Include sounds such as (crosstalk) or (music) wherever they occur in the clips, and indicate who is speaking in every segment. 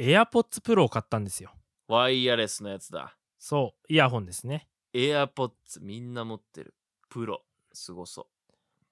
Speaker 1: AirPods Pro を買ったんですよ。
Speaker 2: ワイヤレスのやつだ。
Speaker 1: そう、イヤホンですね。
Speaker 2: AirPods みんな持ってる。プロ。すごそ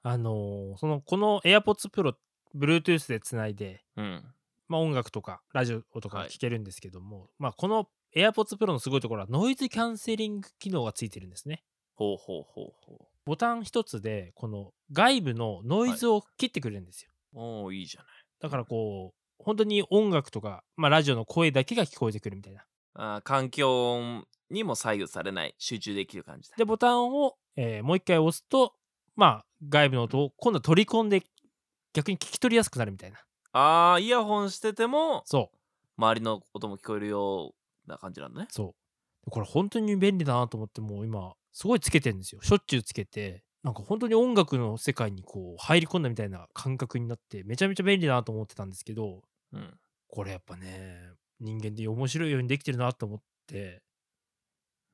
Speaker 1: あのーその、この AirPods Pro、Bluetooth でつないで、
Speaker 2: う。うん。
Speaker 1: まあ、音楽とかラジオとか
Speaker 2: はい
Speaker 1: 聴けるんですけども、まあ、この AirPods Pro のすごいところはノイズキャンセリング機能がついてるんですね。
Speaker 2: ほうほうほうほ
Speaker 1: ボタン一つで、この外部のノイズを切ってくれるんですよ。
Speaker 2: う。おお、いいじゃない。
Speaker 1: だからこう、本当に音楽とか、まあ、ラジオの声だけが聞こえてくるみたいな。
Speaker 2: あー環境音にも左右されない。集中できる感じだ。
Speaker 1: で、ボタンを、えーもう一回押すと、まあ、外部の音を今度は取り込んで、逆に聞き取りやすくなるみたいな。
Speaker 2: ああ、イヤホンしてても、
Speaker 1: そう、
Speaker 2: 周りの音も聞こえるような感じなんだね。
Speaker 1: そう。これ本当に便利だなと思って、もう今、すごいつけてるんですよ。しょっちゅうつけて、なんか本当に音楽の世界にこう入り込んだみたいな感覚になって、めちゃめちゃ便利だなと思ってたんですけど、
Speaker 2: うん。
Speaker 1: これやっぱね、人間で面白いようにできてるなと思って、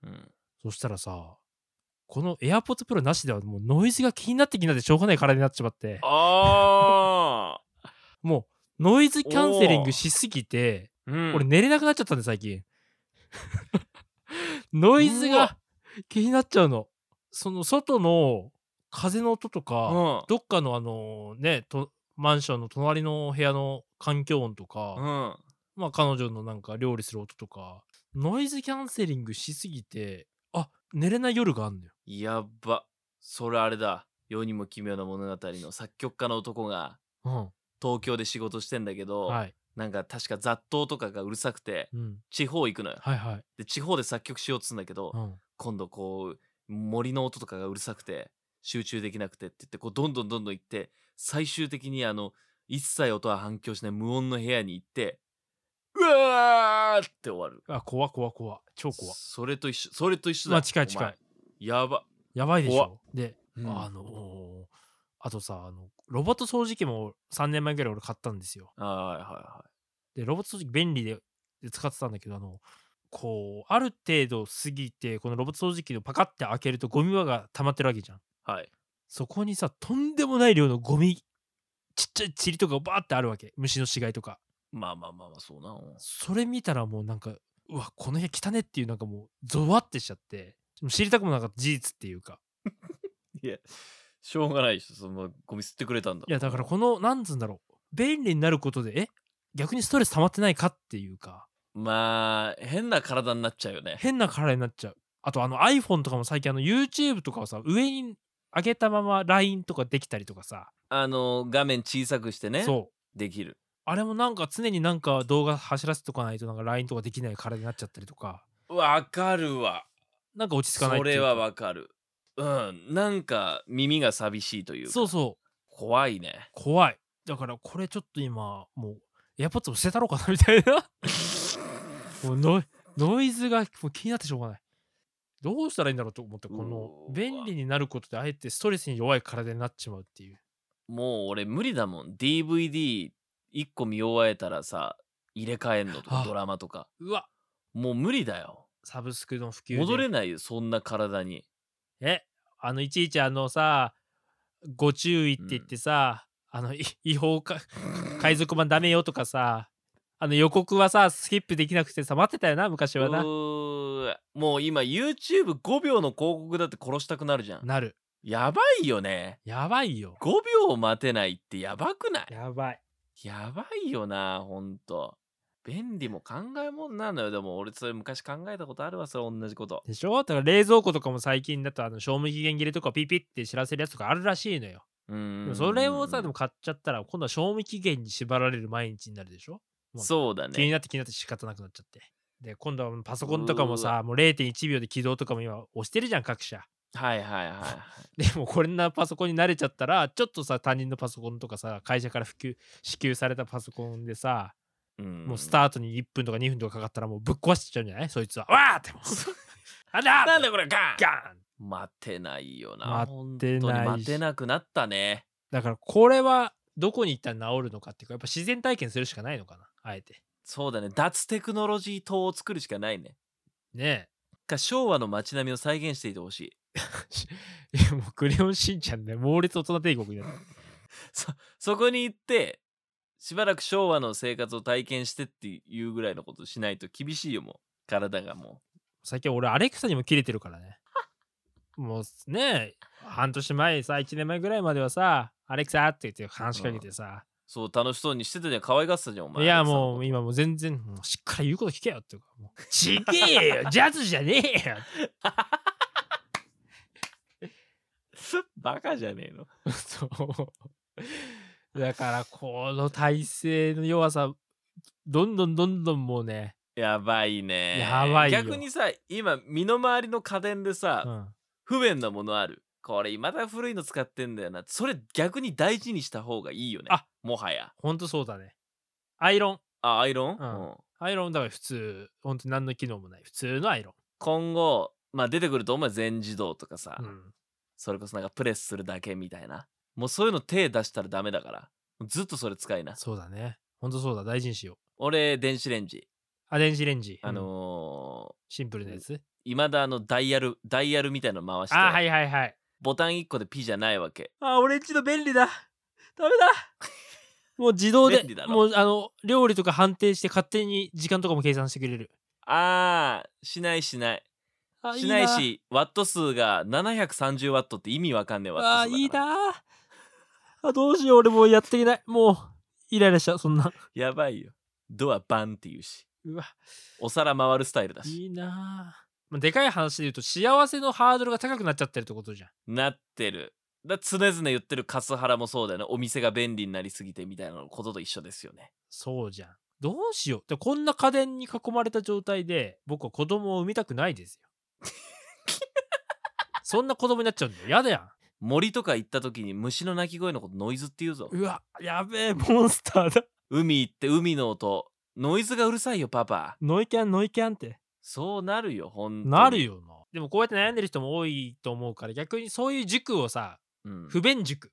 Speaker 2: うん。
Speaker 1: そしたらさ、この AirPods Pro なしではもうノイズが気になって気になってしょうがない体になっちまって、
Speaker 2: ああ。
Speaker 1: もうノイズキャンセリングしすぎて、
Speaker 2: (laughs) うん。
Speaker 1: 俺寝れなくなっちゃったんで最近。 (laughs) ノイズ
Speaker 2: う
Speaker 1: が
Speaker 2: わ
Speaker 1: 気になっちゃうの。その外の風の音と
Speaker 2: う
Speaker 1: か、
Speaker 2: ん。
Speaker 1: どっかのあのね、とマンションの隣の部屋の環境音とか、
Speaker 2: うん。
Speaker 1: まあ彼女のなんか料理する音とか、ノイズキャンセリングしすぎて、あ、寝れない夜があんのよ。
Speaker 2: やっば。それあれだ。世にも奇妙な物語の作曲家の男が
Speaker 1: う
Speaker 2: 東京で仕事してんだけど、
Speaker 1: ん。はい。
Speaker 2: なんか確か雑踏とかがうるさくて
Speaker 1: うん。
Speaker 2: 地方行くのよ。
Speaker 1: はいはい。
Speaker 2: で地方で作曲しようっつうんだけど、
Speaker 1: うん。
Speaker 2: 今度こう森の音とかがうるさくて集中できなくてって言ってこうどんどんどんどん行って最終的にあの一切音は反響しない無音の部屋に行ってうわーって終わる。
Speaker 1: あ、怖怖怖。超怖。
Speaker 2: それと一緒それと一緒だ。
Speaker 1: まあ近い近い
Speaker 2: お前。やば。
Speaker 1: やばいでし
Speaker 2: 怖
Speaker 1: ょ。で、
Speaker 2: うん
Speaker 1: あのーあとさ、あの、ロボット掃除機も3年前ぐらい俺買ったんですよ。
Speaker 2: はいはいは
Speaker 1: で、ロボット掃除機便利でで使ってたんだけど、あの、こう、ある程度過ぎて、このロボット掃除機をパカッて開けるとゴミ輪が溜まってるわけじゃん。
Speaker 2: い。はい。
Speaker 1: そこにさ、とんでもない量のゴミ、ちっちゃい塵とかバーってあるわけ。虫の死骸とか。
Speaker 2: まあまあまあまあそうな。うん
Speaker 1: それ見たらもうなんか、うわ、この部屋汚ねっていうなんかもう、ゾワってしちゃって、もう知りたくもなかった事実っていうか。
Speaker 2: いや、しょうがないでしょ。そのゴミ吸ってくれたんだ。
Speaker 1: いやだからこのなんつうんだろう便利になることでえ逆にストレス溜まってないかっていうか
Speaker 2: まあ、変な体になっちゃうよね。
Speaker 1: 変な体になっちゃうあとあの iPhone とかも最近あの YouTube とかをさ上に上げたまま LINE とかできたりとかさ、
Speaker 2: あの、画面小さくしてね。
Speaker 1: そう
Speaker 2: できる。
Speaker 1: あれもなんか常になんか動画走らせとかないとなんか LINE とかできない体になっちゃったりとか
Speaker 2: わかるわ。
Speaker 1: なんか落ち着かない
Speaker 2: そ
Speaker 1: ってい
Speaker 2: れ
Speaker 1: うか
Speaker 2: はわかる。うん。なんか耳が寂しいというか。
Speaker 1: そうそう
Speaker 2: 怖いね。
Speaker 1: 怖いだからこれちょっと今もう AirPods も捨てたろうかなみたいなもうノイノイズがもう気になってしょうがないどうしたらいいんだろうと思ってこ
Speaker 2: う
Speaker 1: の
Speaker 2: ーわ
Speaker 1: 便利になることであえてストレスに弱い体になっちまうっていう
Speaker 2: もう俺無理だもん。DVD1 個見終えたらさ、入れ替えんのと
Speaker 1: は
Speaker 2: か
Speaker 1: あ
Speaker 2: ドラマとか。
Speaker 1: うわ
Speaker 2: もう無理だよ。
Speaker 1: サブスクの普及で
Speaker 2: 戻れないよ、そんな体に。
Speaker 1: えあのいちいちあのさご注意って言ってさ、あのい (laughs) 違法か海賊版ダメよとかさあの予告はさスキップできなくてさ待ってたよな昔はな
Speaker 2: うーもう今 YouTube5 秒の広告だって殺したくなるじゃん
Speaker 1: なる
Speaker 2: やばいよね
Speaker 1: やばいよ
Speaker 2: 5秒待てないってやばくない
Speaker 1: やばい
Speaker 2: やばいよなほんと便利も考えもんなのよでも俺それ昔考えたことあるわそれ同じこと
Speaker 1: でしょだから冷蔵庫とかも最近だとあの賞味期限切れとかピピって知らせるやつとかあるらしいのよ。
Speaker 2: うー
Speaker 1: で
Speaker 2: ん
Speaker 1: もそれをさでも買っちゃったら今度は賞味期限に縛られる毎日になるでしょ
Speaker 2: そうだ
Speaker 1: 気に
Speaker 2: ね
Speaker 1: なって気になって仕方なくなっちゃって。で今度はパソコンとかもさもう0.1秒で起動とかも今押してるじゃん各社。
Speaker 2: はいはいはい
Speaker 1: でもこんなパソコンに慣れちゃったらちょっとさ他人のパソコンとかさ会社から普及支給されたパソコンでさもうス
Speaker 2: ー
Speaker 1: タートに1分とか2分とかかかったらもうぶっ壊しちゃうんじゃないそいつは。わーってもう。あだ
Speaker 2: (laughs) なんだこれガン
Speaker 1: ガーン
Speaker 2: 待てないよな
Speaker 1: 待てないし
Speaker 2: ほんとに待てなくなったね
Speaker 1: だからこれはどこに行った
Speaker 2: (laughs)
Speaker 1: ら治るのかっていうかやっぱ自然体験するしかないのかなあえて
Speaker 2: そうだね脱テクノロジー党を作るしかないね
Speaker 1: ね
Speaker 2: か昭和の街並みを再現していてほしい
Speaker 1: えいやもうクレヨンしんちゃんね猛烈大人帝国になっ
Speaker 2: そこに行ってしばらく昭和の生活を体験してっていうぐらいのことしないと厳しいよもう体がも
Speaker 1: 最近俺アレクサにも切れてるからねもうね半年前さ1年前ぐらいまではさアレクサって言って話しかけてさ、
Speaker 2: うそう楽しそうにしてたじゃん可愛がってたじゃんお前
Speaker 1: いや
Speaker 2: 奥さんの
Speaker 1: もう今もう全然もうしっかり言うこと聞けよっていうかもうちげえよジャズじゃねえよ
Speaker 2: こと (laughs) バカじゃねえの
Speaker 1: そうだからこの体勢の弱さどんどんどんどんもうね、
Speaker 2: やばいね
Speaker 1: やばいよ
Speaker 2: 逆にさ今身の回りの家電でさ、
Speaker 1: うん、
Speaker 2: 不便なものあるこれまだ古いの使ってんだよなそれ逆に大事にした方がいいよね
Speaker 1: あ
Speaker 2: もはや
Speaker 1: ほんとそうだねアイロン
Speaker 2: あアイロン、
Speaker 1: うん
Speaker 2: うん
Speaker 1: アイロンだから普通ほんと何の機能もない普通のアイロ
Speaker 2: 今後まあ出てくると思うよ全自動とかさ、
Speaker 1: ン、うん、
Speaker 2: それこそなんかプレスするだけみたいなもうそういうの手出したらダメだからずっとそれ使いな
Speaker 1: そうだねほんとそうだ大事にしよう
Speaker 2: 俺電子レンジ
Speaker 1: あ電子レンジ
Speaker 2: あ
Speaker 1: うん
Speaker 2: の
Speaker 1: シンプルなやつ
Speaker 2: い、まだあのダイヤルダイヤルみたいの回して
Speaker 1: あはいはいはい
Speaker 2: ボタン1個でピじゃないわけ
Speaker 1: あ俺んちの便利だダメ
Speaker 2: (laughs)
Speaker 1: だもう自動で
Speaker 2: 便利だろ
Speaker 1: もうあの料理とか判定して勝手に時間とかも計算してくれる
Speaker 2: あーしないしない
Speaker 1: あ
Speaker 2: しないしワット数が730ワットって意味わかんねえワット数
Speaker 1: あ
Speaker 2: だから
Speaker 1: いいなあどうしよう俺もうやっていけないもうイライラしたそんな
Speaker 2: やばいよドアバンって言うし
Speaker 1: うわ
Speaker 2: お皿回るスタイルだし
Speaker 1: いいなあまあでかい話で言うと幸せのハードルが高くなっちゃってるってことじゃん
Speaker 2: なってるだ常々言ってるカスハラもそうだよねお店が便利になりすぎてみたいなのことと一緒ですよね
Speaker 1: そうじゃんどうしようでこんな家電に囲まれた状態で僕は子供を産みたくないです (laughs) よそんな子供になっちゃうんだよやだやん
Speaker 2: 森とか行った時に虫の鳴き声のことノイズって言うぞ
Speaker 1: うわ、やべえ、モンスターだ。
Speaker 2: 海行って海の音ノイズがうるさいよパパ
Speaker 1: ノイキャン、ノイキャンって。
Speaker 2: そうなるよほん
Speaker 1: なる、よな。でもこうやって悩んでる人も多いと思うから、逆にそういう塾をさ、
Speaker 2: うん、
Speaker 1: 不便塾。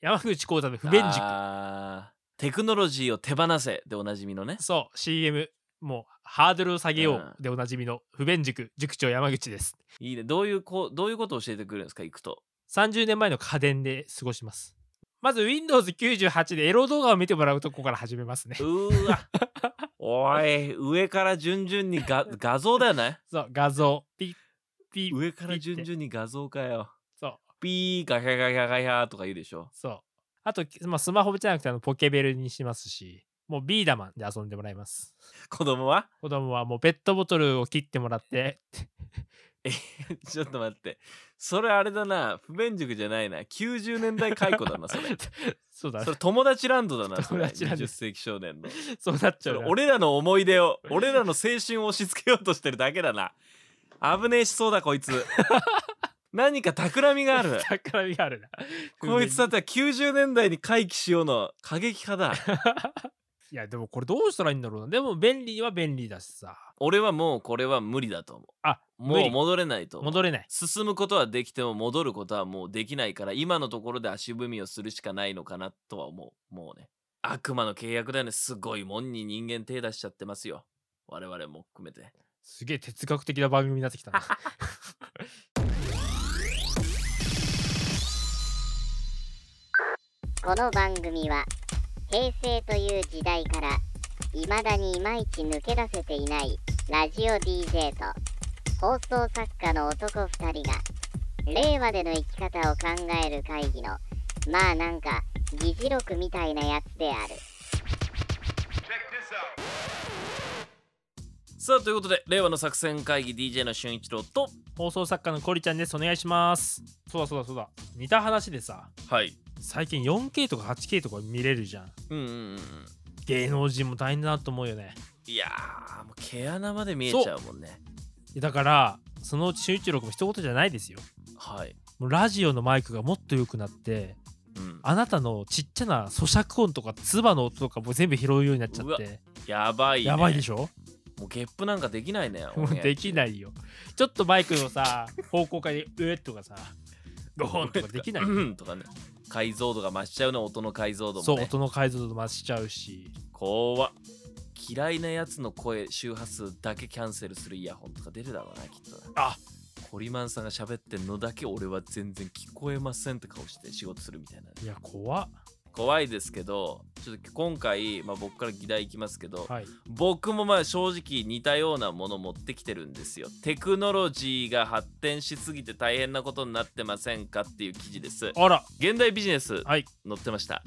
Speaker 1: 山口幸太の不便塾。
Speaker 2: あーテクノロジーを手放せでおなじみのね
Speaker 1: そう、CM。もう、ハードルを下げよう
Speaker 2: う
Speaker 1: でおなじみの不便塾、塾長山口です。
Speaker 2: いいねどういうこどういうことを教えてくれるんですか行くと
Speaker 1: 30年前の家電で過ごします。まず Windows98 でエロ動画を見てもらうとこから始めますね。
Speaker 2: うーわ (laughs) おい上から順々に
Speaker 1: (laughs)
Speaker 2: が画像だよね
Speaker 1: そう、画像。ピッ、ピッ、
Speaker 2: 上から順々に画像かよ
Speaker 1: そう、
Speaker 2: ピーガヒャガヒャガヒャとか言うでしょ
Speaker 1: そう。あと、まあ、スマホじゃなくてあのポケベルにしますし、もうビーダマンで遊んでもらいます。
Speaker 2: 子供は (laughs)
Speaker 1: 子供はもうペットボトルを切ってもらって、 (laughs)
Speaker 2: ちょっと待ってそれあれだな不便塾じゃないな90年代解雇だな
Speaker 1: (laughs)
Speaker 2: それ
Speaker 1: そうだ
Speaker 2: それ友達ランドだなそれ
Speaker 1: 友達ランド
Speaker 2: 20世紀少年の
Speaker 1: そうなっち
Speaker 2: そ
Speaker 1: ゃ
Speaker 2: れ
Speaker 1: うな。 (laughs)
Speaker 2: 俺らの思い出を俺らの青春を押し付けようとしてるだけだな危ねえしそうだこいつ
Speaker 1: (laughs)
Speaker 2: 何か企みがある
Speaker 1: 宝身があるな。
Speaker 2: こいつだっては90年代に回帰しようの過激派だ
Speaker 1: いや、でもこれどうしたらいいんだろうな。でも便利は便利だしさ。
Speaker 2: 俺はもうこれは無理だと思う
Speaker 1: あ、無
Speaker 2: もう
Speaker 1: 理
Speaker 2: 戻れないと思う
Speaker 1: 戻れない。
Speaker 2: 進むことはできても戻ることはもうできないから今のところで足踏みをするしかないのかなとは思うもうね悪魔の契約だよねすごいもんに人間手出しちゃってますよ我々も含めて
Speaker 1: すげえ哲学的な番組になってきたな。
Speaker 3: この番組は平成という時代から未だにいまいち抜け出せていないラジオ DJ と放送作家の男2人が令和での生き方を考える会議のまあなんか議事録みたいなやつである。
Speaker 2: さあということで令和の作戦会議 DJ の俊一郎と
Speaker 1: 放送作家のコリちゃんです。お願いします。そうだそうだそうだ。似た話でさ、
Speaker 2: はい
Speaker 1: 最近 4K とか 8K とか見れるじゃん。
Speaker 2: うんうんうんうん
Speaker 1: 芸能人も大変だなと思うよね。
Speaker 2: いやーもう毛穴まで見えちゃうもんね
Speaker 1: だからそのうち集中力も一言じゃないですよ
Speaker 2: はい、
Speaker 1: もうラジオのマイクがもっと良くなって
Speaker 2: うん、
Speaker 1: あなたのちっちゃな咀嚼音とか唾の音とかも全部拾うようになっちゃって
Speaker 2: やばい、ね、
Speaker 1: やばいで
Speaker 2: ょ
Speaker 1: しょ
Speaker 2: もうゲップなんかでき
Speaker 1: (laughs)
Speaker 2: ないね
Speaker 1: もうできないいよちょっとマイクのさ方向から「えっ」とかさ「ゴーン」とかできない
Speaker 2: うんとかね解像度が増しちゃうの音の解像度もね
Speaker 1: そう音の解像度増しちゃうし
Speaker 2: 怖っ嫌いなやつの声周波数だけキャンセルするイヤホンとか出るだろうなきっとな
Speaker 1: あ
Speaker 2: コリマンさんが喋ってんのだけ俺は全然聞こえませんって顔して仕事するみたいない
Speaker 1: や怖っ
Speaker 2: 怖いですけどちょっと今回、まあ、僕から議題いきますけど、
Speaker 1: はい
Speaker 2: 僕もまあ正直似たようなもの持ってきてるんですよテクノロジーが発展しすぎて大変なことになってませんかっていう記事です
Speaker 1: あら
Speaker 2: 現代ビジネス
Speaker 1: はい
Speaker 2: 載ってました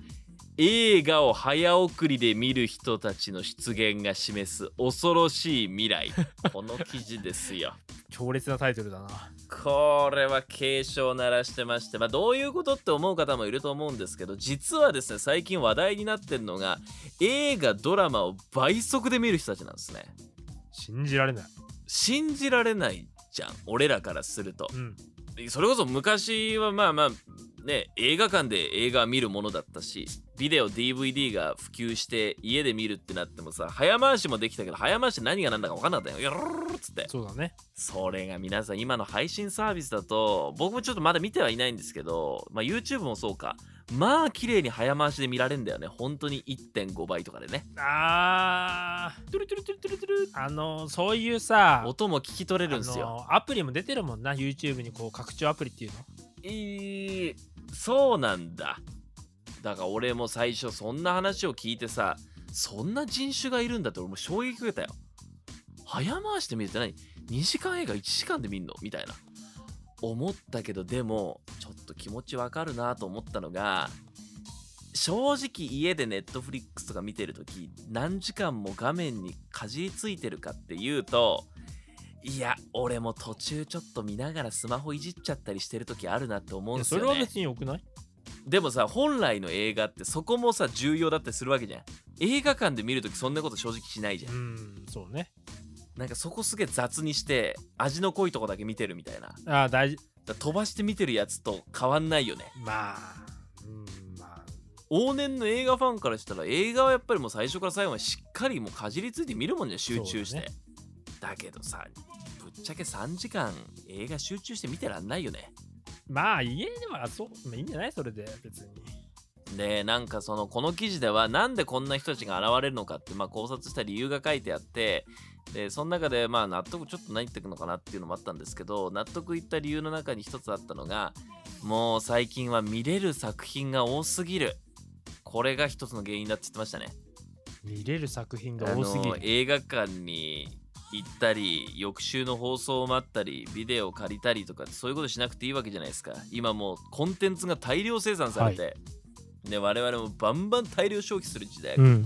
Speaker 2: 映画を早送りで見る人たちの出現が示す恐ろしい
Speaker 1: (laughs)
Speaker 2: 未来この記事ですよ
Speaker 1: 強烈なタイトルだな
Speaker 2: これは警鐘を鳴らしてまして、まあ、どういうことって思う方もいると思うんですけど実はですね最近話題になってるのが映画ドラマを倍速で見る人たちなんですね
Speaker 1: 信じられない
Speaker 2: 信じられないじゃん俺らからすると
Speaker 1: うん
Speaker 2: でそれこそ昔はまあまあね映画館で映画見るものだったしビデオ DVD が普及して家で見るってなってもさ早回しもできたけど早回しって何が何だか分かんなかったよやるっつって
Speaker 1: そうだね
Speaker 2: それが皆さん今の配信サービスだと僕もちょっとまだ見てはいないんですけど、まあ、YouTube もそうかまあ綺麗に早回しで見られるんだよね本当に1.5倍とかでね
Speaker 1: あー
Speaker 2: トゥルトゥルトゥルトゥルトゥル
Speaker 1: あのそういうさ
Speaker 2: 音も聞き取れるんですよ
Speaker 1: あのアプリも出てるもんな YouTube にこう拡張アプリっていうの
Speaker 2: えーそうなんだだから俺も最初そんな話を聞いてさそんな人種がいるんだって俺も衝撃受けたよ早回して見るって何2時間映画1時間で見んのみたいな思ったけどでもちょっと気持ちわかるなと思ったのが正直家でネットフリックスとか見てるとき何時間も画面にかじりついてるかっていうといや俺も途中ちょっと見ながらスマホいじっちゃったりしてる時あるなって思うん
Speaker 1: いや
Speaker 2: です
Speaker 1: そ
Speaker 2: よ、ね、
Speaker 1: れは別によくない
Speaker 2: でもさ本来の映画ってそこもさ重要だったりするわけじゃん映画館で見るときそんなこと正直しないじゃ
Speaker 1: うんんそうね
Speaker 2: なんかそこすげえ雑にして味の濃いとこだけ見てるみたいなだか
Speaker 1: あー大事
Speaker 2: ら飛ばして見てるやつと変わんないよね
Speaker 1: まあうんま
Speaker 2: 往年の映画ファンからしたら映画はやっぱりもう最初から最後までしっかりもうかじりついて見るもんじゃん集中して
Speaker 1: そ
Speaker 2: だ,、
Speaker 1: うだ
Speaker 2: けどさぶっちゃけ3時間映画集中して見てらんないよね
Speaker 1: あまあ家ではそうまあいいんじゃないそれで別に
Speaker 2: でなんかそのこの記事ではなんでこんな人たちが現れるのかってまあ考察した理由が書いてあってでその中でまあ納得ちょっと何言ってくのかなっていうのもあったんですけど納得いった理由の中に一つあったのがもう最近は見れる作品が多すぎるこれが一つの原因だって言ってましたね
Speaker 1: 見れる作品が
Speaker 2: あ
Speaker 1: 多すぎ
Speaker 2: の
Speaker 1: る
Speaker 2: 映画館に行ったり翌週の放送を待ったりビデオを借りたりとかそういうことしなくていいわけじゃないですか今もうコンテンツが大量生産されて、で我々もバンバン大量消費する時代、
Speaker 1: うん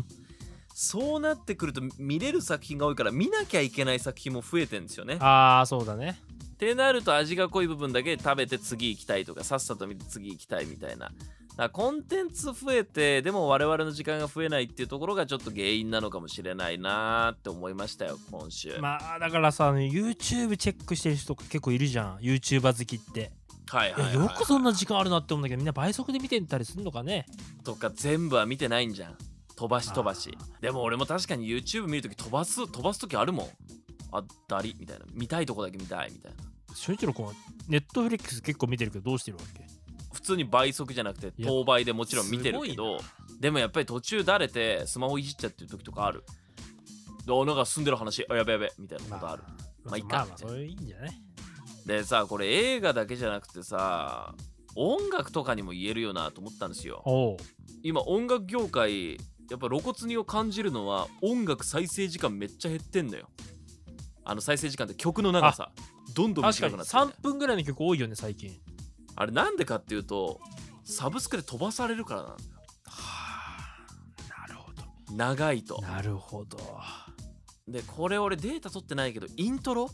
Speaker 2: そうなってくると見れる作品が多いから見なきゃいけない作品も増えてんですよね
Speaker 1: ああそうだね
Speaker 2: ってなると味が濃い部分だけ食べて次行きたいとかさっさと見て次行きたいみたいなだからコンテンツ増えてでも我々の時間が増えないっていうところがちょっと原因なのかもしれないなーって思いましたよ今週、
Speaker 1: まあだからさあの YouTube チェックしてる人とか結構いるじゃん YouTuber 好きって
Speaker 2: はいはいい
Speaker 1: や
Speaker 2: は
Speaker 1: よ
Speaker 2: い
Speaker 1: くそんな時間あるなって思うんだけどみんな倍速で見てたりするのかね
Speaker 2: とか全部は見てないんじゃん飛ばし飛ばしでも俺も確かに YouTube 見るとき飛ばす飛ばすときあるもんあだりみたいな見たいとこだけ見たいみたいな
Speaker 1: 俊一郎君は Netflix 結構見てるけどどうしてるわけ
Speaker 2: 普通に倍速じゃなくて
Speaker 1: いや
Speaker 2: 当倍でもちろん見て
Speaker 1: す
Speaker 2: るけ
Speaker 1: ごい
Speaker 2: ど
Speaker 1: な
Speaker 2: でもやっぱり途中だれてスマホいじっちゃってる時とかあるあなんか住んでる話あやべやべみたいなことある、まあいいか
Speaker 1: まあまあそれいいんじゃない
Speaker 2: でさこれ映画だけじゃなくてさ音楽とかにも言えるよなと思ったんですよ
Speaker 1: おう
Speaker 2: 今音楽業界やっぱ露骨にを感じるのは音楽再生時間めっちゃ減ってんのよあの再生時間って曲の長さどんどん
Speaker 1: 確か
Speaker 2: 短
Speaker 1: に
Speaker 2: くなってるね
Speaker 1: 3分ぐらいの曲多いよね最近
Speaker 2: あれなんでかっていうとサブスクで飛ばされるからなんだよ
Speaker 1: はあなるほど
Speaker 2: 長いと
Speaker 1: なるほど
Speaker 2: でこれ俺データ取ってないけどイントロ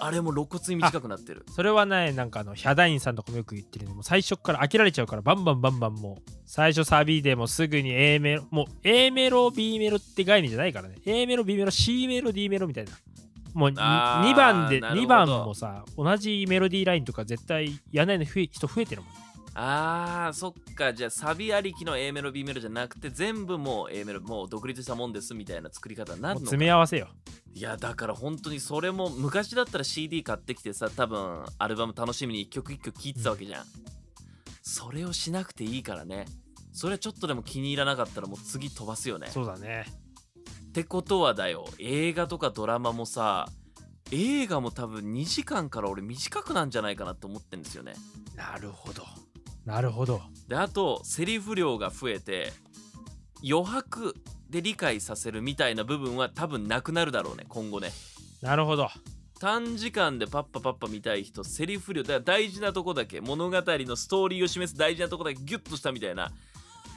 Speaker 2: あれも露骨に短くなってる
Speaker 1: それはねなんかあのヒャダインさんとかもよく言ってるねもう最初から飽きられちゃうからバンバンバンバンもう最初サビでもすぐに A メロもう A メロ B メロって概念じゃないからね A メロ B メロ C メロ D メロみたいなもうに
Speaker 2: あー
Speaker 1: 2番で
Speaker 2: なるほど
Speaker 1: 2番もさ同じメロディーラインとか絶対やらないの増え人増えてるもんね
Speaker 2: あーそっかじゃあサビありきの A メロ B メロじゃなくて全部もう A メロもう独立したもんですみたいな作り方にな
Speaker 1: もう
Speaker 2: るのか
Speaker 1: 詰め合わせよ
Speaker 2: いやだから本当にそれも昔だったら CD 買ってきてさ多分アルバム楽しみに一曲一曲聴いてたわけじゃん、それをしなくていいからねそれちょっとでも気に入らなかったらもう次飛ばすよね
Speaker 1: そうだね
Speaker 2: ってことはだよ映画とかドラマもさ映画も多分2時間から俺短くなんじゃないかなと思ってんですよね
Speaker 1: なるほどなるほど
Speaker 2: であとセリフ量が増えて余白で理解させるみたいな部分は多分なくなるだろうね今後ね
Speaker 1: なるほど
Speaker 2: 短時間でパッパパッパ見たい人セリフ量だから大事なとこだけ物語のストーリーを示す大事なとこだけギュッとしたみたいな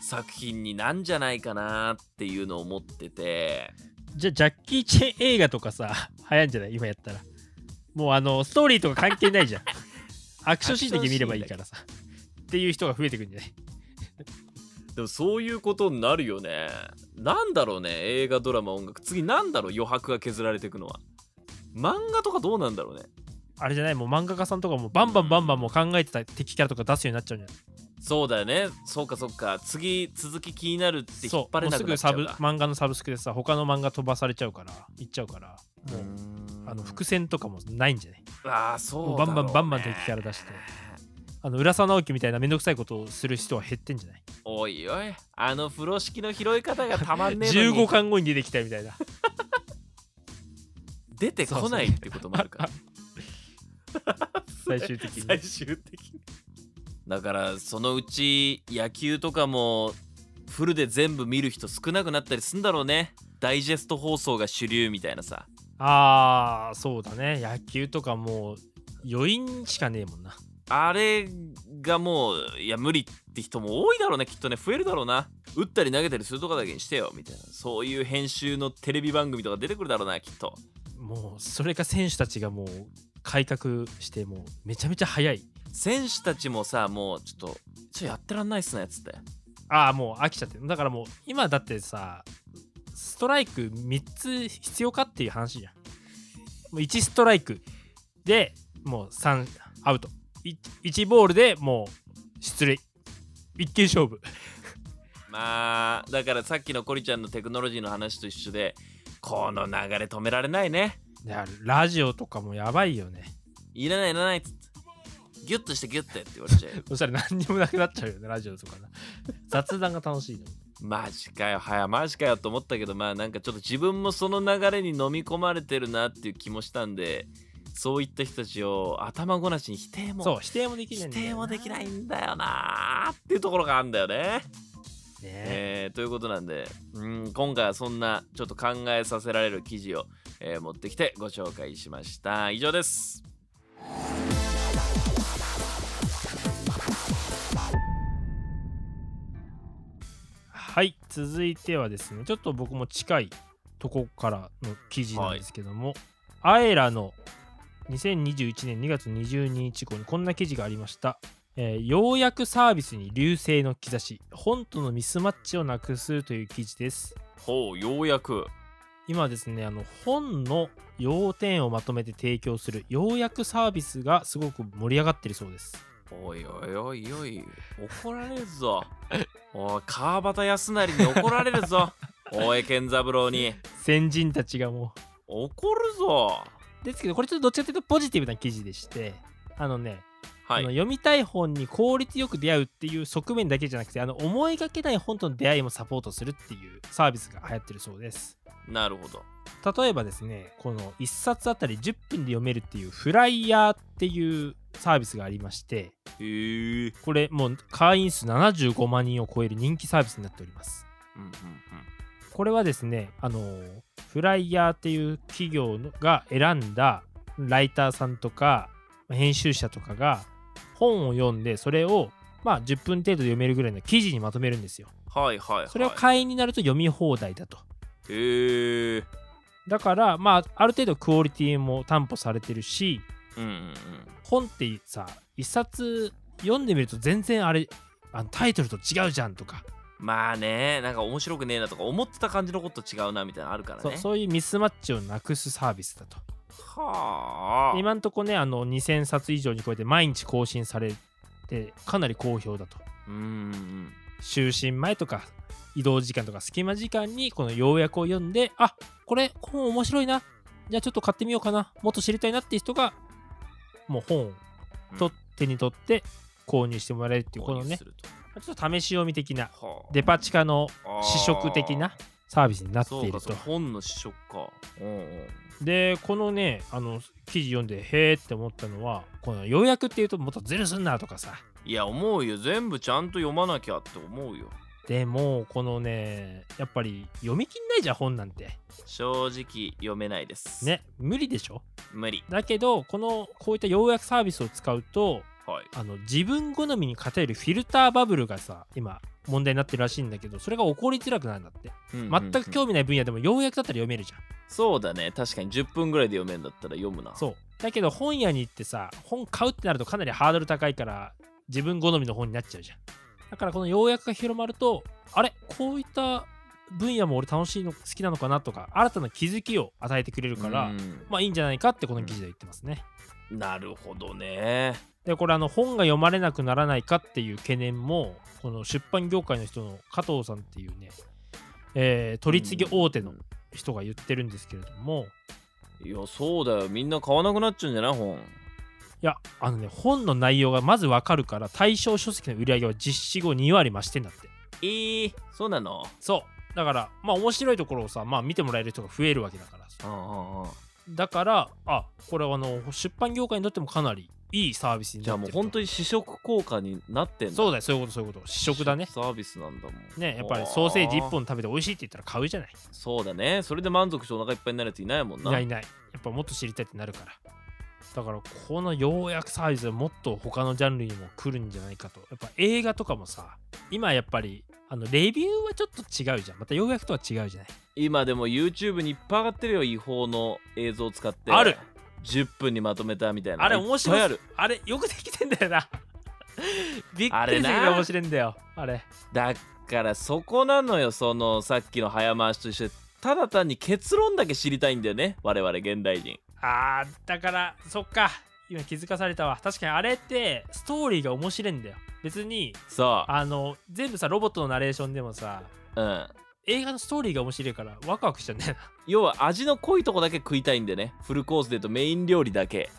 Speaker 2: 作品になんじゃないかなっていうのを思ってて
Speaker 1: じゃあジャッキー・チェン映画とかさ (laughs) 流行んじゃない今やったらもうあのストーリーとか関係ないじ
Speaker 2: (laughs)
Speaker 1: ゃんアクションシーンだけ見ればいいからさっていう人が増えてくんじゃない
Speaker 2: でもそういうことになるよねなんだろうね映画ドラマ音楽次なんだろう余白が削られていくのは漫画とかどうなんだろうね
Speaker 1: あれじゃないもう漫画家さんとかもバンバンバンバンもう考えてた敵キャラとか出すようになっちゃうんじゃない
Speaker 2: そうだよねそうかそうか次続き気になるって引っ
Speaker 1: そ
Speaker 2: 張
Speaker 1: うも
Speaker 2: れ
Speaker 1: う
Speaker 2: な
Speaker 1: す
Speaker 2: くな
Speaker 1: ぐ
Speaker 2: っちゃ
Speaker 1: サ
Speaker 2: う
Speaker 1: ブ
Speaker 2: か
Speaker 1: 漫画のサブスクでさ他の漫画飛ばされちゃうから行っちゃうからもう、あの伏線とかもないんじゃない
Speaker 2: ああそう
Speaker 1: もう
Speaker 2: だ
Speaker 1: バ
Speaker 2: ろう
Speaker 1: ン
Speaker 2: ね
Speaker 1: バンバンバン敵キャラ出してあの浦沢直樹みたいなめんどくさいことをする人は減ってんじゃない
Speaker 2: おいおいあの風呂敷の拾い方がたまんねえのに
Speaker 1: 15巻後に出てきたみたいな
Speaker 2: 出てこないってこともあるから
Speaker 1: 最終的に
Speaker 2: (laughs) 最終的にだからそのうち野球とかもフルで全部見る人少なくなったりすんだろうねダイジェスト放送が主流みたいなさ
Speaker 1: ああそうだね野球とかもう余韻しかねえもんな
Speaker 2: あれがもういや無理って人も多いだろうねきっとね増えるだろうな打ったり投げたりするとかだけにしてよみたいなそういう編集のテレビ番組とか出てくるだろうなきっと
Speaker 1: もうそれか選手たちがもう改革してもうめちゃめちゃ早い
Speaker 2: 選手たちもさもうちょっとちょやってらんないっすねっつって
Speaker 1: ああもう飽きちゃってるだからもう今だってさストライク3つ必要かっていう話じゃんもう1ストライクでもう3アウト 1, ボールでもう失礼一球勝負
Speaker 2: まあだからさっきのコリちゃんのテクノロジーの話と一緒でこの流れ止められないね
Speaker 1: いやラジオとかもやばいよね
Speaker 2: いらないいらないっつってギュッとしてギュッてって言われちゃうよ
Speaker 1: そしたら何にもなくなっちゃうよねラジオとかな雑談が楽しいのに
Speaker 2: マジかよはやマジかよと思ったけどまあなんかちょっと自分もその流れに飲み込まれてるなっていう気もしたんでそういった人たちを頭ごなしに否定も
Speaker 1: そう否定もできない
Speaker 2: 否
Speaker 1: んだよ
Speaker 2: 定もできないんだよなーっていうところがあるんだよね
Speaker 1: ね
Speaker 2: えーということなんでうん今回はそんなちょっと考えさせられる記事を、えー持ってきてご紹介しました以上です
Speaker 1: はい続いてはですねちょっと僕も近いとこからの記事なんですけども、アエラの2021年2月22日号にこんな記事がありました、えーようやくサービスに流星の兆し本とのミスマッチをなくすという記事です
Speaker 2: ほうようやく
Speaker 1: 今ですねあの本の要点をまとめて提供するようやくサービスがすごく盛り上がってるそうです
Speaker 2: おいおいおいおい怒られ
Speaker 1: (laughs)
Speaker 2: るぞおい川端康成に怒られるぞ大江健三郎に
Speaker 1: 先人たちがもう
Speaker 2: 怒るぞ
Speaker 1: ですけどこれちょっとどっちかというとポジティブな記事でしてあのね、
Speaker 2: は
Speaker 1: あの
Speaker 2: い
Speaker 1: 読みたい本に効率よく出会うっていう側面だけじゃなくてあの思いがけない本との出会いもサポートするっていうサービスが流行ってるそうです
Speaker 2: なるほど
Speaker 1: 例えばですねこの1冊あたり10分で読めるっていうフライヤーっていうサービスがありまして
Speaker 2: へえ
Speaker 1: これもう会員数75万人を超える人気サービスになっております
Speaker 2: うんうん
Speaker 1: これはですねあのフライヤーっていう企業のが選んだライターさんとか編集者とかが本を読んでそれをまあ10分程度で読めるぐらいの記事にまとめるんですよ。
Speaker 2: うんはいはいはい
Speaker 1: それを会員になると読み放題だと。
Speaker 2: へえ
Speaker 1: だからまあある程度クオリティも担保されてるし
Speaker 2: うんうんうん
Speaker 1: 本ってさ一冊読んでみると全然あれあのタイトルと違うじゃんとか
Speaker 2: まあねなんか面白くねえなとか思ってた感じのこと違うなみたいなのあるから
Speaker 1: そう
Speaker 2: ね
Speaker 1: そういうミスマッチをなくすサービスだと。
Speaker 2: はあ
Speaker 1: 今んとこねあの2000冊以上に超えて毎日更新されてかなり好評だと
Speaker 2: うんうんうん
Speaker 1: 就寝前とか移動時間とか隙間時間にこの要約を読んであこれ本面白いなじゃあちょっと買ってみようかなもっと知りたいなっていう人がもう本をと、
Speaker 2: うん
Speaker 1: 手に取って購入してもらえるっていうこの
Speaker 2: 購入
Speaker 1: ね
Speaker 2: すると
Speaker 1: ちょっと試し読み的な
Speaker 2: はあ
Speaker 1: デパ地下の
Speaker 2: あー
Speaker 1: 試食的なサービスになって
Speaker 2: そう
Speaker 1: い
Speaker 2: か
Speaker 1: る
Speaker 2: そう
Speaker 1: と
Speaker 2: か本の試食かうんうん
Speaker 1: でこのねあの記事読んでへーって思ったのはこの要約っていうともっとズルすんなとかさ
Speaker 2: いや思うよ全部ちゃんと読まなきゃって思うよ
Speaker 1: でもこのねやっぱり読みきんないじゃん本なんて
Speaker 2: 正直読めないです
Speaker 1: ね無理でしょ
Speaker 2: 無理
Speaker 1: だけどこのこういった要約サービスを使うと
Speaker 2: はい
Speaker 1: あの自分好みに偏るフィルターバブルがさ今問題になってるらしいんだけどそれが起こりづらくなるんだって全く
Speaker 2: 日
Speaker 1: 興味ない分野でも要約だったら読めるじゃん
Speaker 2: そうだね確かに10分ぐらいで読めんだったら読むな
Speaker 1: そうだけど本屋に行ってさ本買うってなるとかなりハードル高いから自分好みの本になっちゃうじゃんだからこの要約が広まるとあれこういった分野も俺楽しいの好きなのかなとか新たな気づきを与えてくれるから
Speaker 2: うん
Speaker 1: まあいいんじゃないかってこの記事で言ってますね
Speaker 2: なるほどね
Speaker 1: でこれあの本が読まれなくならないかっていう懸念もこの出版業界の人の加藤さんっていうね、えー取り次ぎ大手の
Speaker 2: うん
Speaker 1: 人が言ってるんですけれども
Speaker 2: いやそうだよみんな買わなくなっちゃうんじゃない
Speaker 1: い
Speaker 2: 本
Speaker 1: やあのね本の内容がまず分かるから対象書籍の売り上げは実施後2割増してんだって
Speaker 2: えー、そうなの
Speaker 1: そうだからまあ面白いところをさまあ見てもらえる人が増えるわけだから
Speaker 2: うんうんうん
Speaker 1: だからあこれはあの出版業界にとってもかなりいいサービスに
Speaker 2: じゃ
Speaker 1: な
Speaker 2: あ
Speaker 1: って
Speaker 2: もう
Speaker 1: る
Speaker 2: 本当
Speaker 1: に
Speaker 2: に試食効果になってんの
Speaker 1: そうだよそういうことそういうこと試食だね
Speaker 2: サービスなんだもん
Speaker 1: ねやっぱりソーセージ1
Speaker 2: あ
Speaker 1: 本食べて美味しいって言ったら買うじゃない
Speaker 2: そうだねそれで満足してお腹いっぱいになるやついないもんない
Speaker 1: ないいないやっぱもっと知りたいってなるからだからこの要約サービスはもっと他のジャンルにも来るんじゃないかとやっぱ映画とかもさ今やっぱりあのレビューはちょっと違うじゃんまた要約とは違うじゃない
Speaker 2: 今でも YouTube にいっぱい上がってるよ違法の映像を使って
Speaker 1: ある
Speaker 2: 10分にまとめたみたいな
Speaker 1: あれ面白い
Speaker 2: っぱある
Speaker 1: あれよくできてんだよな (laughs) びっ
Speaker 2: あ
Speaker 1: く
Speaker 2: れ
Speaker 1: りする
Speaker 2: な
Speaker 1: ぐらい面白いんだよあれ
Speaker 2: だからそこなのよそのさっきの早回しと一緒でただ単に結論だけ知りたいんだよね我々現代人
Speaker 1: あーだからそっか今気づかされたわ確かにあれってストーリーが面白いんだよ別に
Speaker 2: そ
Speaker 1: あの全部さロボットのナレーションでもさ
Speaker 2: う、うん、
Speaker 1: 映画のストーリーが面白いからワクワクしちゃうんだよな
Speaker 2: 要は味の濃いとこだけ食いたいんでねフルコースで言うとメイン料理だけ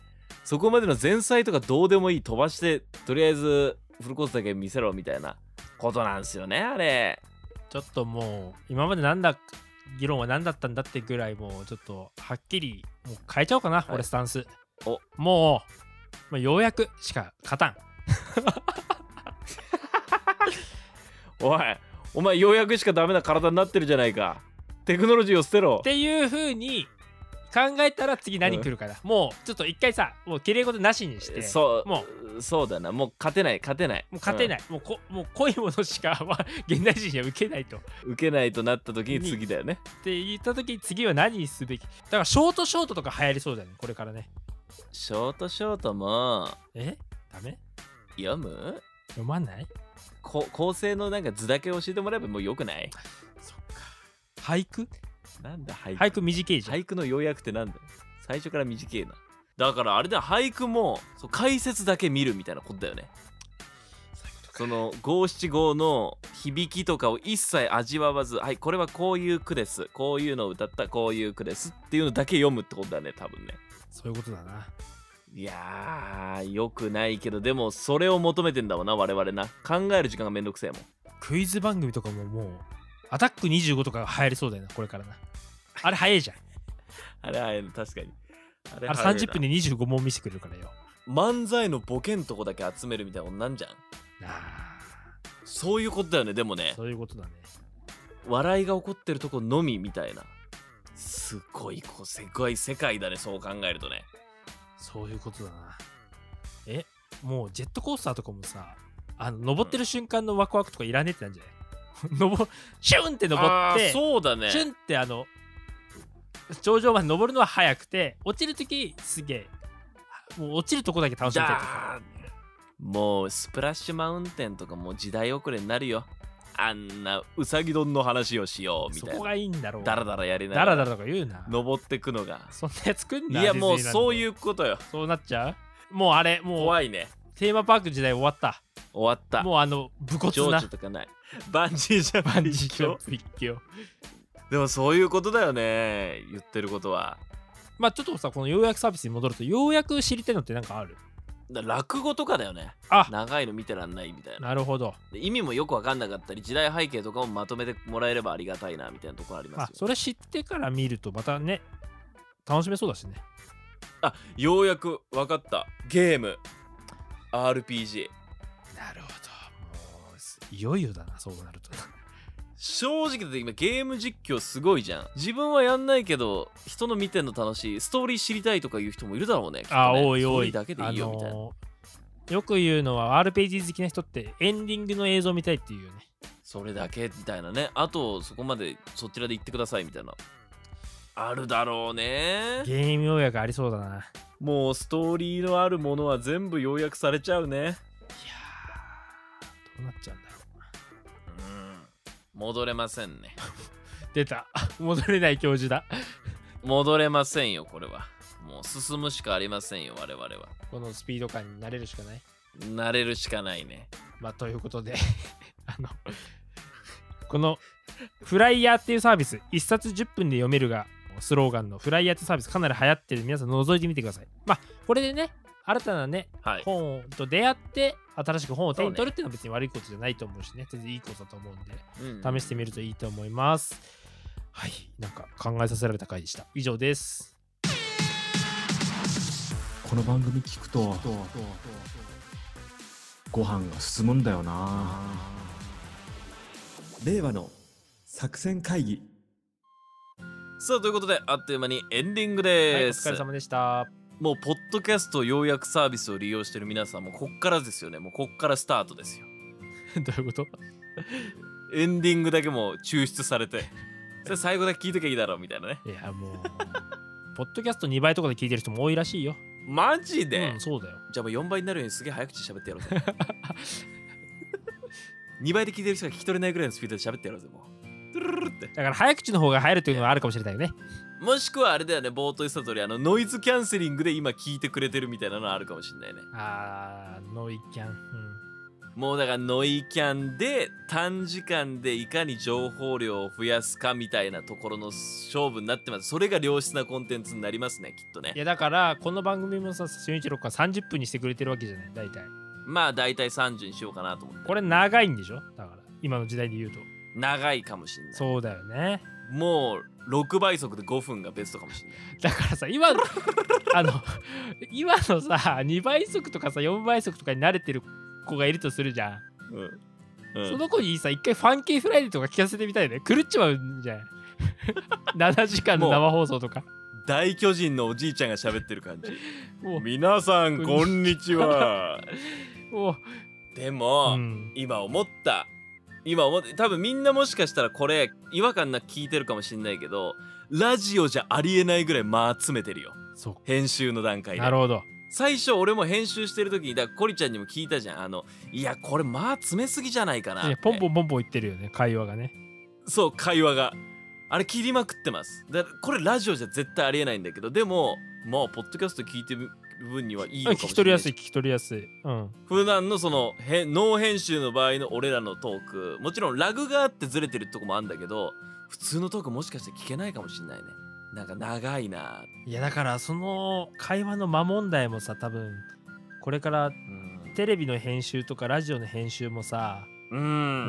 Speaker 2: そこまでの前菜とかどうでもいい飛ばしてとりあえずフルコースだけ見せろみたいなことなんすよねあれ
Speaker 1: ちょっともう今までなんだ議論は何だったんだってぐらいもうちょっとはっきりもう変えちゃおうかな、
Speaker 2: い
Speaker 1: 俺スタンス
Speaker 2: お
Speaker 1: もうもうようやくしか勝たん
Speaker 2: おいお前ようやくしかダメな体になってるじゃないかテクノロジーを捨てろ
Speaker 1: っていう風に考えたら次何来るかな、もうちょっと一回さもう綺麗事なしにして
Speaker 2: そう
Speaker 1: も
Speaker 2: そうだなもう勝てない勝てない、
Speaker 1: もう勝てないい、もうこもう濃いものしかまあ現代人には受けないとっ
Speaker 2: うん受けないとなった時に次だよね
Speaker 1: て言った時に次は何にすべきだからショートショートとか流行りそうだよねこれからね
Speaker 2: ショートショートも
Speaker 1: えダメ
Speaker 2: 読む
Speaker 1: 読まない
Speaker 2: こ構成のなんか図だけ教えてもらえばもうよくない
Speaker 1: そっか俳句
Speaker 2: なんだ俳句
Speaker 1: 俳句短いじゃん
Speaker 2: 俳句の要約ってなんだよ最初から短いなだからあれだ俳句もそう解説だけ見るみたいなことだよね
Speaker 1: そういうことか
Speaker 2: その五七五の響きとかを一切味わわずはいこれはこういう句ですこういうのを歌ったこういう句ですっていうのだけ読むってことだね多分ね
Speaker 1: そういうことだない
Speaker 2: やーよくないけどでもそれを求めてんだもんな我々な考える時間がめんどくせえもん
Speaker 1: クイズ番組とかももうアタック25とかが流行りそうだよなこれからなあれ早いじゃん
Speaker 2: あれあれ確かにあれ
Speaker 1: あれ
Speaker 2: 早いな
Speaker 1: 30分で25問見せてくれるからよ
Speaker 2: 漫才のボケんとこだけ集めるみたいなことなんじゃん
Speaker 1: なあ
Speaker 2: そういうことだよねでもね
Speaker 1: そういうことだね
Speaker 2: 笑いが起こってるとこのみみたいなすごいこうすごい世界だねそう考えるとね
Speaker 1: そういうことだなえもうジェットコースターとかもさあの登ってる瞬間のワクワクとかいらねえってなんじゃない登シュンって登
Speaker 2: あ
Speaker 1: って
Speaker 2: ーそうだね
Speaker 1: シュンってあの頂上まで登るのは早くて落ちるときすげえもう落ちるとこだけ楽しみたいとか
Speaker 2: だーもうスプラッシュマウンテンとかもう時代遅れになるよあんなうさぎ丼の話をしようみ
Speaker 1: そ
Speaker 2: たい
Speaker 1: こ
Speaker 2: な
Speaker 1: がいいんだろう
Speaker 2: ダラダラやりな
Speaker 1: ダ
Speaker 2: が
Speaker 1: ラ
Speaker 2: ら
Speaker 1: ダラとか言うな
Speaker 2: 登ってくのが
Speaker 1: そんなやつくん
Speaker 2: い
Speaker 1: な
Speaker 2: やもうそ
Speaker 1: う
Speaker 2: ういうことよ
Speaker 1: そうなっちゃうもうあれもう
Speaker 2: 怖いね
Speaker 1: テーマパーク時代終わった
Speaker 2: 終わった
Speaker 1: もうあの武骨
Speaker 2: 情
Speaker 1: な
Speaker 2: 緒とかないバンジージャ
Speaker 1: バ
Speaker 2: パン
Speaker 1: ンジー
Speaker 2: 一
Speaker 1: ジャン
Speaker 2: 緒
Speaker 1: プ一挙
Speaker 2: でもそういうことだよね言ってることは
Speaker 1: まあちょっとさこの要約サービスに戻るとようやく知りたいのってなんかある
Speaker 2: だ落語とかだよね
Speaker 1: あ
Speaker 2: 長いの見てらんないみたいな
Speaker 1: なるほど
Speaker 2: で意味もよく分かんなかったり時代背景とかもまとめてもらえればありがたいなみたいなところあり
Speaker 1: ま
Speaker 2: ま
Speaker 1: あ
Speaker 2: す
Speaker 1: そ
Speaker 2: よ
Speaker 1: れ知ってから見るとまたね楽しめそうだしね
Speaker 2: あようやく分かったゲーム RPG
Speaker 1: ないよいよだなそうなると
Speaker 2: 正直だって今ゲーム実況すごいじゃん自分はやんないけど人の見てんの楽しいストーリー知りたいとかいう人もいるだろうねきっとね
Speaker 1: あおいおい
Speaker 2: ストーリーだけでいいよみたいな、
Speaker 1: あのーよく言うのは RPG 好きな人ってエンディングの映像見たいっていうよね
Speaker 2: (laughs) それだけみたいなねあとそこまでそちらで行ってくださいみたいなあるだろうね
Speaker 1: ゲーム要約ありそうだないや
Speaker 2: もうストーリーのあるものは全部要約されちゃうね
Speaker 1: ーどうなっちゃうんだろう
Speaker 2: うん戻れませんね
Speaker 1: 出た (laughs) 戻れない教授だ
Speaker 2: 戻れませんよこれはもう進むしかありませんよ我々は
Speaker 1: このスピード感になれるしかない
Speaker 2: 慣れるしかないね
Speaker 1: まあということで (laughs) あのこのフライヤーっていうサービス1冊10分で読めるがスローガンのフライヤーってサービスかなり流行ってる皆さん覗いてみてくださいまあこれでね新たなね
Speaker 2: はい
Speaker 1: 本と出会って新しく本を手に取るっていうのは別に悪いことじゃないと思うしね全然いいことだと思うんで試してみるといいと思います。はい、なんか考えさせられた回でした。以上です。
Speaker 4: この番組聞くとご飯が進むんだよな令和の作戦会議
Speaker 2: さあということであっという間にエンディング
Speaker 1: はい、お
Speaker 2: です、
Speaker 1: 疲れ様で (laughs) した。
Speaker 2: もうポッドキャスト要約サービスを利用してる皆さんもこっからですよねもうこっからスタートですよ
Speaker 1: どういうこと
Speaker 2: エンディングだけもう抽出されて (laughs) それ最後だけ聞いときゃいいだろうみたいなね
Speaker 1: いや、 (laughs) もう、ポッドキャスト2倍とかで聞いてる人も多いらしいよ。
Speaker 2: マジで、
Speaker 1: うん、そうだよ。
Speaker 2: じゃあもう4倍になるようにすげえ早口喋ってやろうぜ2倍で聞いてる人が聞き取れないぐらいのスピードで喋ってやろうぜもうトゥルルルルって
Speaker 1: だから早口の方が入るというのはあるかもしれないよね。
Speaker 2: もしくはあれだよね冒頭言ってた通りあのノイズキャンセリングで今聞いてくれてるみたいなのあるかもしれないね
Speaker 1: あー、ノイキャン。うん
Speaker 2: もうだからノイキャンで短時間でいかに情報量を増やすかみたいなところの勝負になってますそれが良質なコンテンツになりますねきっとね
Speaker 1: いや、だから、この番組もさ、俊一郎君は30分にしてくれてるわけじゃない、大体。
Speaker 2: まあ大体30にしようかなと思って
Speaker 1: これ長いんでしょだから、今の時代で言うと。
Speaker 2: 長いかもしんない
Speaker 1: そうだよね。
Speaker 2: もう6倍速で5分がベストかもしんない
Speaker 1: だからさ今 (laughs) のあの今のさ2倍速とかさ4倍速とかに慣れてる子がいるとするじゃん、
Speaker 2: うん、
Speaker 1: その子にさ一回ファンキーフライデーとか聞かせてみたいね (laughs) 狂っちまうんじゃん7時間の生放送とか
Speaker 2: 大巨人のおじいちゃんが喋ってる感
Speaker 1: (laughs)
Speaker 2: じ
Speaker 1: も
Speaker 2: 皆さんこんにちは
Speaker 1: うも (laughs)
Speaker 2: で
Speaker 1: う、
Speaker 2: も、
Speaker 1: うん、
Speaker 2: 今思った今思って多分みんなもしかしたらこれ違和感なく聞いてるかもしんないけどラジオじゃありえないぐらい間集めてるよ
Speaker 1: そ
Speaker 2: 編集の段
Speaker 1: う
Speaker 2: 階で
Speaker 1: なるほど
Speaker 2: 最初俺も編集してる時にだからコリちゃんにも聞いたじゃんあのいやこれ間詰めすぎじゃないかなって
Speaker 1: いやポンポンポンポン言ってるよね会話がね
Speaker 2: そう会話があれ切りまくってますだからこれラジオじゃ絶対ありえないんだけどでもまあポッドキャスト聞いてる分にはいいの
Speaker 1: 聞
Speaker 2: かも
Speaker 1: き
Speaker 2: しれ
Speaker 1: 取り
Speaker 2: な
Speaker 1: や
Speaker 2: い
Speaker 1: すい
Speaker 2: し
Speaker 1: 聞き取りやすいうん
Speaker 2: 普段のそのへノー編集の場合の俺らのトークもちろんラグがあってずれてるとこもあるんだけど普通のトークもしかして聞けないかもしれないねなんか長いない
Speaker 1: やだからその会話の間問題もさ多分これから
Speaker 2: うん
Speaker 1: テレビの編集とかラジオの編集もさ、もう
Speaker 2: う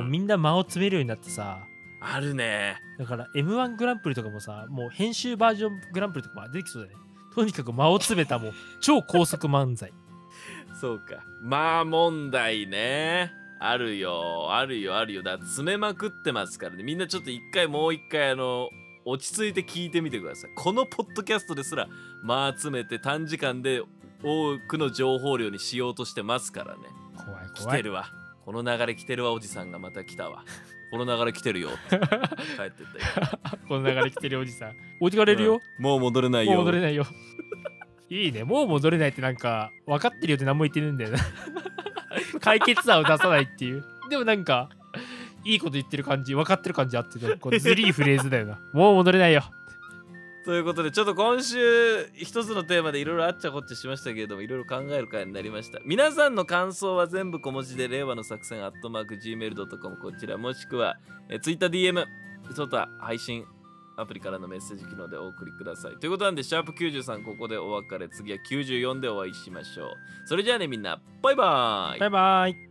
Speaker 2: ん
Speaker 1: みんな間を詰めるようになってさ
Speaker 2: あるね
Speaker 1: だから M1 グランプリとかもさ、もう編集バージョングランプリとかも出てきそうだね。とにかく間を詰めたもう超高速漫才。
Speaker 2: そうかまあ問題ねあるよあるよあるよだから詰めまくってますからねみんなちょっと一回もう一回あの落ち着いて聞いてみてくださいこのポッドキャストですらまあ詰めて短時間で多くの情報量にしようとしてますからね
Speaker 1: 怖い
Speaker 2: 来
Speaker 1: 怖
Speaker 2: て
Speaker 1: い。
Speaker 2: るわこの流れ来てるわおじさんがまた来たわこの流れ来てるよ
Speaker 1: (laughs)
Speaker 2: 帰ってったよ
Speaker 1: (laughs) この流れ来てるおじさん。置いてかれるよ。
Speaker 2: うんもう戻れない
Speaker 1: もう
Speaker 2: よ
Speaker 1: 戻れないよ。いいね。もう戻れないってなんか分かってるよって何も言ってるんだ (laughs) よな。解決案を出さないっていう。でもなんか、いいこと言ってる感じ、分かってる感じあって、こうずりいフレーズだよな。もう戻れないよ。
Speaker 2: ということでちょっと今週一つのテーマでいろいろあっちゃこっちゃしましたけれどもいろいろ考える回になりました皆さんの感想は全部小文字で令和の作戦アットマーク Gmail.com こちらもしくはえ TwitterDM その他配信アプリからのメッセージ機能でお送りくださいということなんでシャープ93ここでお別れ次は94でお会いしましょうそれじゃあねみんなバイバイ
Speaker 1: バイバイ。